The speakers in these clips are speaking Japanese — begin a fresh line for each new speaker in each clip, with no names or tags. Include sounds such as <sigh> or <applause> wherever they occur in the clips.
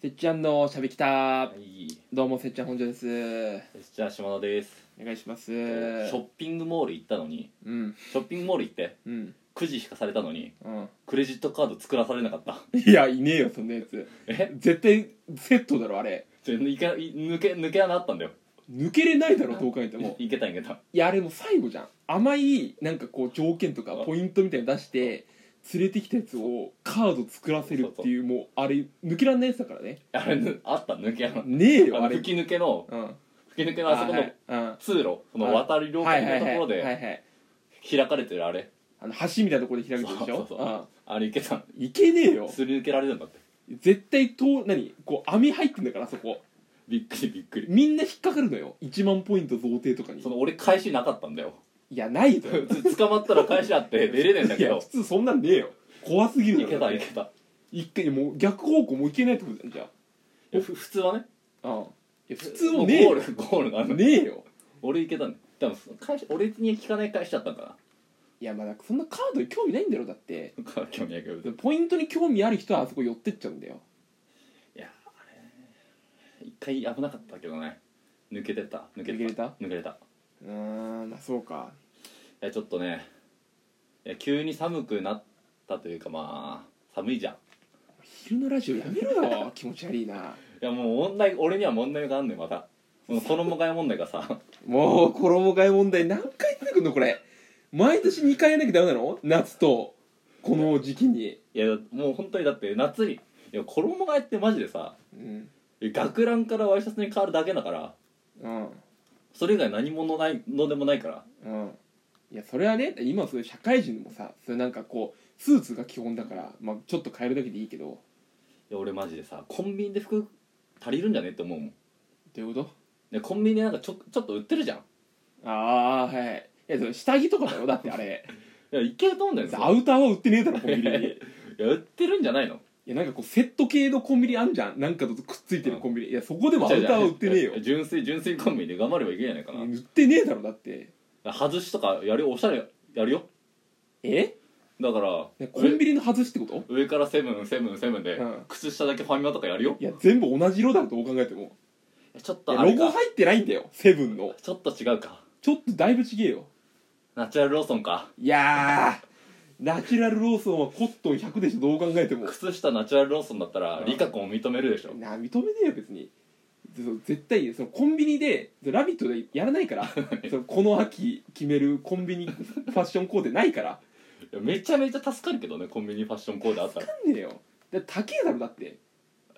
せっちゃんのしゃべきた
はい、
どうもせっちゃん本庄です
じゃあ島田です、
お願いしますシ
ショッピングモール行ったのに
うん
ショッピングモール行って
うん
くじ引かされたのに
うん
クレジットカード作らされなかった
<laughs> いやいねえよそんなやつ
え
絶対セットだろあれ
全然いけい抜け抜け穴あったんだよ
抜けれないだろどう考えても
いけたいけた
いやあれもう最後じゃん甘いなんかこう条件とか
うん
ポイントみたいなの出して連れてきたやつをカード作らせるっていうもうあれ抜けらんないやつだからね
あれぬあった抜け穴
ねえ
あ
よあ
の
れ
吹き抜けの
うん
吹き抜けのあそこの
の
通路その渡り廊下のところ
はいはい
で
はい
開かれてるあれ
あの橋みたいなところで開くでし
そう
ょ
そうそう
うん
あれいけた
いけねえよ
すり抜けられるんだって
絶対と何こう網入ってんだからそこ
びっくりびっくり
みんな引っかかるのよ1万ポイント贈呈とかに
その俺返しなかったんだよ
いやないぞ <laughs>
普通捕まったら返しあって出れねえんだ
い
け
や
ど
普通そんなんねえよ怖すぎる
いけ
だ
た
ろ
いけたい
一回もう逆方向もいけないってことじゃんじゃ
やふ普通はね
あうんいや普通もねえ
ゴ
よ
ールゴールがある
ねえよ
俺いけたね多分返し俺に聞かない <laughs> 返しちゃったんか
いやまあなんかそんなカードに興味ないんだろだって
な興味ないけどい
ポイントに興味ある人はあそこ寄ってっちゃうんだよ
やあれ一回危なかったけどね抜けてた抜け
抜け
て
れ
た
た
抜けれたいう
ーんまあそうか
やちょっとねいや急に寒くなったというかまあ寒いじゃん
昼のラジオやめろよ気持ち悪いない
やもう問題俺には問題があんねんまたその衣替え問題がさ <laughs>
もう衣替え問題何回出てくんのこれ毎年2回やんなきゃダメなの夏とこの時期に
いやもう本当にだって夏にいや衣替えってマジでさ
うん
学ランからワイシャツに変わるだけだから
うん
それ以外何ものないのでもないから
うんいやそれはね今そういう社会人でもさそれなんかこうスーツが基本だから、まあ、ちょっと変えるだけでいいけど
いや俺マジでさコンビニで服足りるんじゃねって思うもん
どういうこ
でコンビニでなんかちょちょっと売ってるじゃんい
とああはいいやそれ下着とかだよだってあれ
やいけると思うんだよね
アウターは売ってねえだろコンビニ <laughs>
<laughs>
にい
いや売ってるんじゃないの
やなんかこうセット系のコンビニあんじゃんなんかとくっついてるコンビニいやそこでもア
違う
ウ
違う
ターは売ってねえよ
<laughs> いや純粋純粋コンビニで頑張ればいいんじゃないかな、
売ってねえだろだって
外しとかやるよおしゃれやるよ
え
だから
コンビニの外しってこと
上上からセブンセブンセブンで、
うん
靴下だけファミマとかやるよ
いや全部同じ色だろどう考えても
いやちょっ
い
と
や
あれ
ロ
か
ゴ入ってないんだよセブンの
ちょっと違うか
ちょっとだいぶちげえよ
ナチュラルローソンか
いやーナチュラルローソンはコットン100でしょどう考えても
靴下ナチュラルローソンだったら
うん
リカコン認めるでしょ
な認めねえよ別にそう絶対そのコンビニで「ラビット!」でやらないから
<laughs>
そのこの秋決めるコンビニファッションコーデないから
いやめちゃめちゃ助かるけどねコンビニファッションコーデあったら
なんねえよだって高えだろだって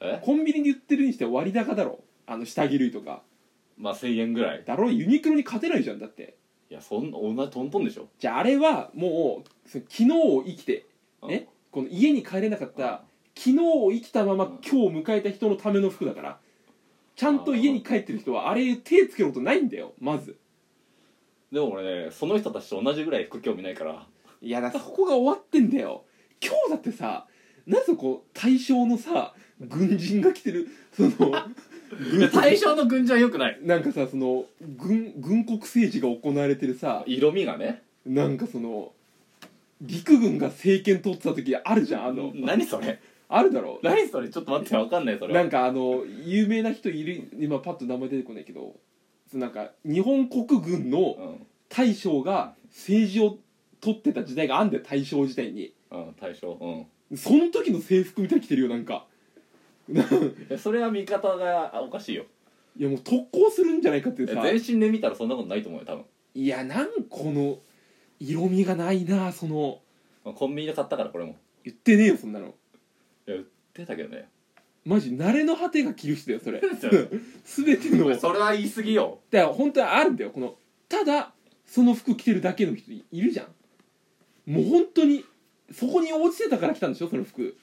え
コンビニで売ってるにしては割高だろあの下着類とか
まあ1000円ぐらい
だろユニクロに勝てないじゃんだって
いやそんな同じトントンでしょ
じゃああれはもうその昨日を生きて
うん
ねこの家に帰れなかった昨日を生きたまま
うん
今日迎えた人のための服だからちゃんと家に帰ってる人はあれ手つけることないんだよまず
でも俺ねその人たちと同じぐらい服興味ない <laughs> から
いやだからそこが終わってんだよ今日だってさなぜこう大正のさ軍人が着てるその軍
対象の軍人はよくない
なんかさその軍軍国政治が行われてるさ
色味がね
なんかその陸軍が政権取ってた時あるじゃんあの、
何それ <laughs>
あるだろ
何それちょっと待ってわかんないそれ
な
は
んかあの有名な人いる今パッと名前出てこないけどそのなんか日本国軍の
うん
大将が政治を取ってた時代があんだよ大正時代に
うん対象うん
その時の制服みたいに着てるよなんかい
いやそれは見方がおかしいよ
やもう特攻するんじゃないかってい
いう
さ
や全身で見たらそんなことないと思うよ多分
いやなんこの色味がないなその
まあコンビニで買ったからこれも
言ってねえよそんなの
いや売ってたけど <laughs> ね
マジ慣れの果てが着る人だよそれ
それ
<laughs> 全てのだか
それは言い過ぎよ
ら本当はあるんだよこのただその服着てるだけの人いるじゃんもう本当にそこに落ちてたから来たんでしょその服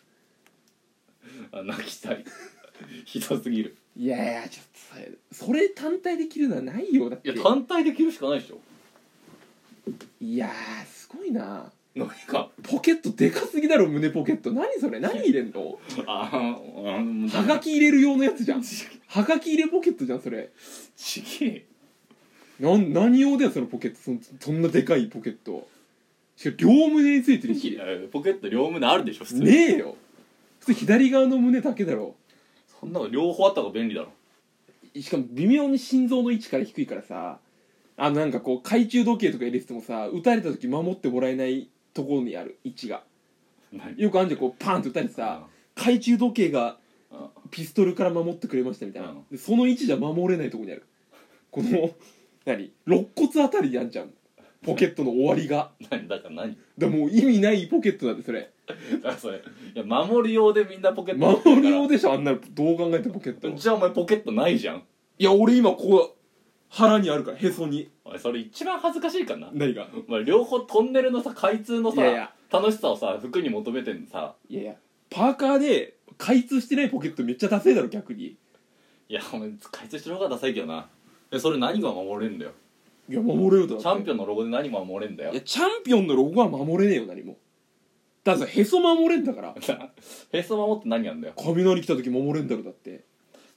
あ泣きたい <laughs> ひどすぎる
いやいやちょっとそれそれ単体で着るのはないよだっ
い
て
や単体で着るしかないでしょ
いやーすごいな
何か
ポケットでかすぎだろ胸ポケット何それ何入れんの
ああうん
はがき入れる用のやつ
<laughs>
じゃんはがき入れポケットじゃんそれ
ちげえ
なん何用だよそのポケットそんそんなでかいポケットしかも両胸についてる
い
し
やポケット両胸あるでしょ普通
ねえよ普通左側の胸だけだろ
そんなの両方あった方が便利だろ
しかも微妙に心臓の位置から低いからさあのなんかこう懐中時計とか入れててもさ撃たれた時守ってもらえないところにある位置が
何
よくあんじゃんこうパンって撃たれてさ懐中時計が
うん
ピストルから守ってくれましたみたいな、
うん
でその位置じゃ守れないところにあるこの何肋骨あたりにあんじゃんポケットの終わりが
何だから何
だからもう意味ないポケットだってそれ
だからそれいや守り用でみんなポケット持ってる
守
か
り
ら
用でしょあんなのどう考えてもポケット
じゃあお前ポケットないじゃん
いや俺今ここ腹にあるからへそに
おいそれ一番恥ずかしいからな
何が
お前両方トンネルのさ開通のさ
いやいや
楽しさをさ服に求めてんのさ
いやいやパーカーで開通してないポケットめっちゃダセえだろ逆に
いやお前開通してる方がダサいけどなえそれ何が守れるんだよ
いや守れよだ
チャンピ
オ
オンのロゴで何守れんだよ
いやチャンピオンのロゴは守れねえよ何もだってさへそ守れんだから
へそ守って何やんだよ
雷来た時守れんだろだって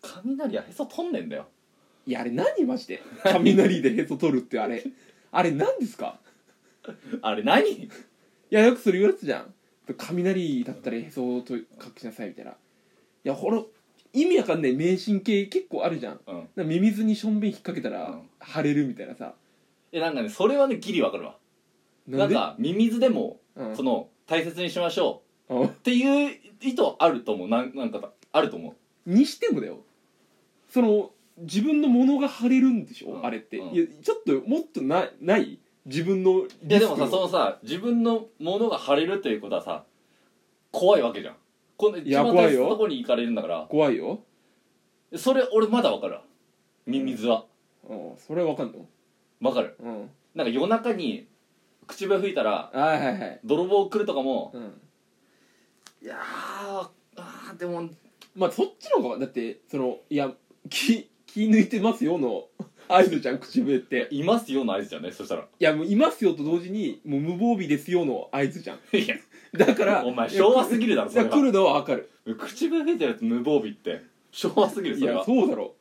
雷はへそ取んねんだよ
いやあれ何マジで雷でへそ取るってあれあれ何ですか
あれ何
いやよくそれ言われてたじゃん雷だったらへそをと隠しなさいみたいないやほら意味わかんない迷信系結構あるじゃん
うん
なんかミミズにしょんべん引っ掛けた
う
ら
ん
腫れるみたいなさ
えなんかねそれはねギリわかるわ
な
なん
んで
かミミズでも
うん
その大切にしましょ
うん
うっていう意図あると思うなんなんかあると思う
にしてもだよその自分のものが腫れるんでしょ、
うん
あれって、
うん
いやちょっともっとなない自分のリスク
いやでもさそ
の
のさ自分のものが腫れるということはさ怖いわけじゃんこの
い
一
や
番
怖
大
い
切
よ
なとこに行かれるんだから
怖いよ、
それ俺まだわかるわミミズは
うん、それはわかんの、
わかる
うん、
なんか夜中に口笛吹いたら
はいはいはい、
泥棒来るとかも
うん、
いやーあーでも
まあそっちの方がだってそのいや気気抜いてますよの合図じゃん口笛って
いますよの合図じゃないそしたら
いやもういますよと同時にもう無防備ですよの合図じゃん
いや
だから
お前昭和す
ぎ
ぎるだろ
い
そ
や
れ
来
は
るのはわかる
口笛吹いてるやつ無防備って昭和すぎる
い
それ
や
は
そうだろ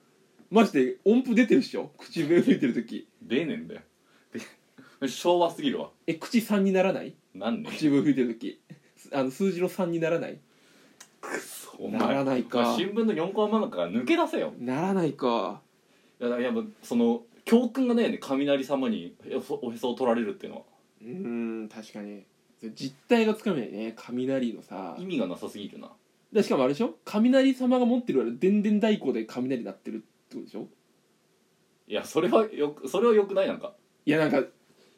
マジで音符出てるっしょ口笛吹いてる時
出ねえんだよ <laughs> で昭和すぎるわ
え口3にならない
なんね
口笛吹いてる時すあの数字の3にならない
くそお前
ならない
お前
か
新聞の4コマ漫画から抜け出せよ
ならないか
いやだからやっぱその教訓がないよね雷様におへそおへそを取られるっていうのは
うーん確かにそれ実態がつかめないね雷のさ
意味がなさすぎるな
でしかもあれでしょ雷様が持ってるあれ電電太鼓で雷鳴ってるってことでしょ
いやそれはよくそれはよくないなんか
いやなんか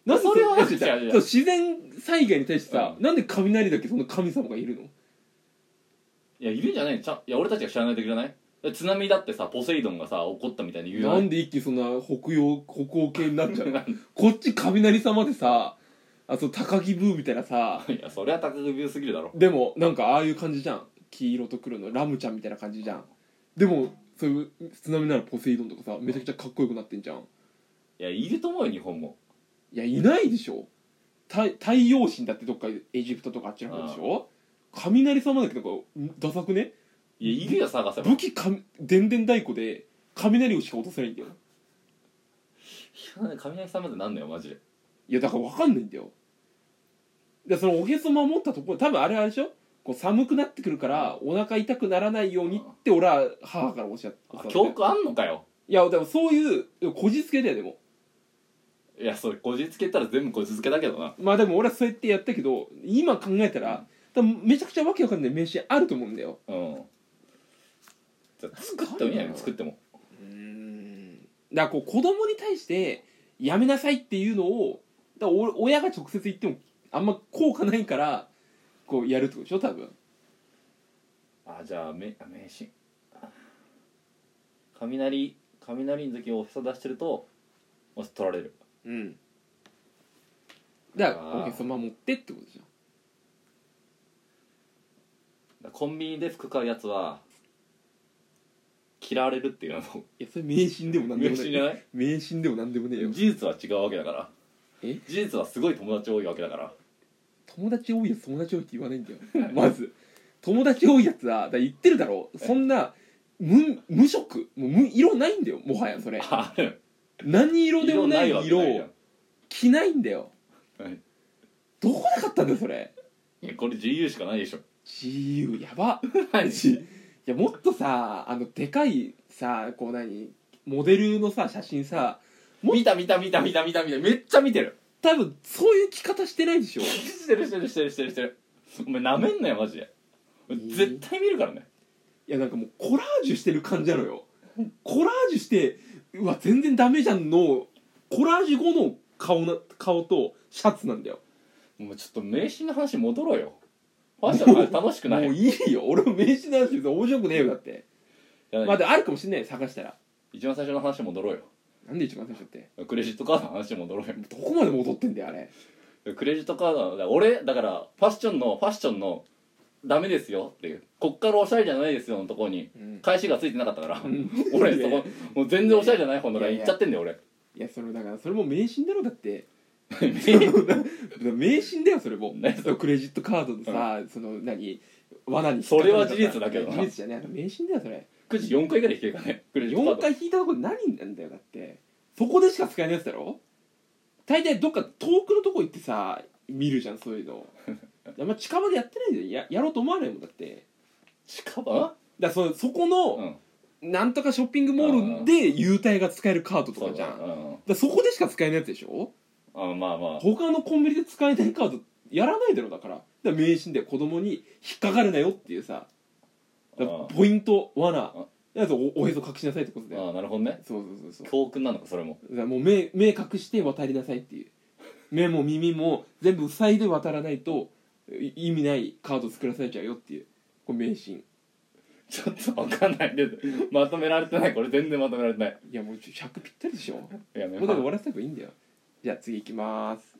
なんで
それは
え違う違う
違う違う
そう自然災害に対してさ、
う
なんで雷だけその神様がいるの
いやいるんじゃないちゃいや俺たちが知らないといけない津波だってさポセイドンがさ怒ったみたいに言う
なん
で
で一気にそんな北洋北欧系に <laughs> なっちゃうのこっち雷様でさあそう高木ブーみたいなさ
いやそれは高くビューすぎるだろ
でもなんかああいう感じじゃん黄色と黒のラムちゃんみたいな感じじゃんでもそういう津波ならポセイドンとかさめちゃくちゃかっこよくなってんじゃん
いやいると思うよ日本も
いやいないでしょ太太陽神だってどっかエジプトとかあっちの方でしょ雷様だけどこうダサくね
いやいるよ探せば
武器か電電太鼓で雷をしか落とせないんだよ
雷様ってなんだよマジで
いやだから分かんないんだよでそのおへそ守ったところ多分あれはあれでしょこう寒くなってくるからお腹痛くならないようにって俺は母からおっしゃって
あ教訓あんのかよ
いやでもそういうこじつけだよでも
いやそれこじつけたら全部こじつけだけどな
まあでも俺はそうやってやったけど今考えたら多分めちゃくちゃわけわかんない名詞あると思うんだよ
うんじゃあ作ってもいいやん作っても
うんだからこう子供に対してやめなさいっていうのをだからお親が直接言ってもあんま効果ないからこうやるってことでしょ多分
あじゃあめあ名刺あ雷雷の時おへそ出してるとおへそ取られる
うんだか
あ
ら
ー
おへそ守ってってことじゃん
だからコンビニで服買うやつは嫌われるっていうのも
いやそれ迷信でもなんでも
嬉しいんじゃ
ね
ない
え迷信でもなんでもねえよ
事実は違うわけだから
え
事実はすごい友達多いわけだから
友達多いやつ友達多いって言わないんだよ <laughs> まず友達多いやつはだから言ってるだろそんな無無色もう無色ないんだよもはやそれ
ある
何色でも
色
な
ないいわけな
色
いじゃ
を着ないんだよ
んはい
どこで買ったんだよそれ
いやこれ GU しかないでしょ <laughs>
自由やば
何
自いやもっとさあのでかいさこう何モデルのさ写真さ
見た見た見た見た見た見ためっちゃ見てる
多分そういう着方してないでしょ
してるしてるしてるしてるしてるお前なめんなよマジで
ー
絶対見るからね
いやなんかもうコラージュしてる感じなのよコラージュしてうわ全然ダメじゃんのコラージュ後の顔な顔とシャツなんだよ
もうちょっと迷信の話戻ろうよファッションの話楽しく
も
な
う
いい
いいよ俺も名刺の話別に面白くねえよだって
や
まあでもあるかもしんないよ探したら
一番最初の話戻ろう
なんで一番最初って
よクレジットカードの話戻ろう
どこまで戻ってんだよあれ
よクレジットカードの俺だからファッションのファッションのダメですよっていうこっからおしゃれじゃないですよのとこに
うん
返しがついてなかったから
ん
俺そこもう全然おしゃれじゃない方のライン
いや
行っ
いや
ちゃってんだよ俺
いやそれだからそれも迷信だろだって
迷 <laughs>
迷信だよそれも
何それ
クレジットカードのさ、その何罠に
それは事実だけどな
事実じゃねえ迷信だよそれ
くじ4回ぐらい引けるからねクレジットカー
4
ド
回引いたとこで何なんだよだってそこでしか使えないやつだろ大体どっか遠くのとこ行ってさ見るじゃんそういう
<laughs>
のあんま近場でやってないじゃんややろうと思わないもんだって
近場
だからそそこの、
ん
なんとかショッピングモールで優待が使えるカードと
そ
か
う
じゃ
だ
んだか
うん
らそこでしか使えないやつでしょ
あまあまあ
他のコンビニで使えないカードやらないだろだからだから迷信で子供に引っかかるなよっていうさだから
ああ
ポイント罠
あ
だからおおへそ隠しなさいってことだよ
ああなるほどね
そうそうそうそう
教訓なのかそれも
だからもう目目隠して渡りなさいっていう目も耳も全部塞いで渡らないとい意味ないカード作らされちゃうよっていうこれ迷信
ちょっと分かんないですまとめられてないこれ全然まとめられてない
いやもうちょ100ぴったりでしょも
いやめ
うだから終わらせた方がいいんだよじゃあ次行きまーす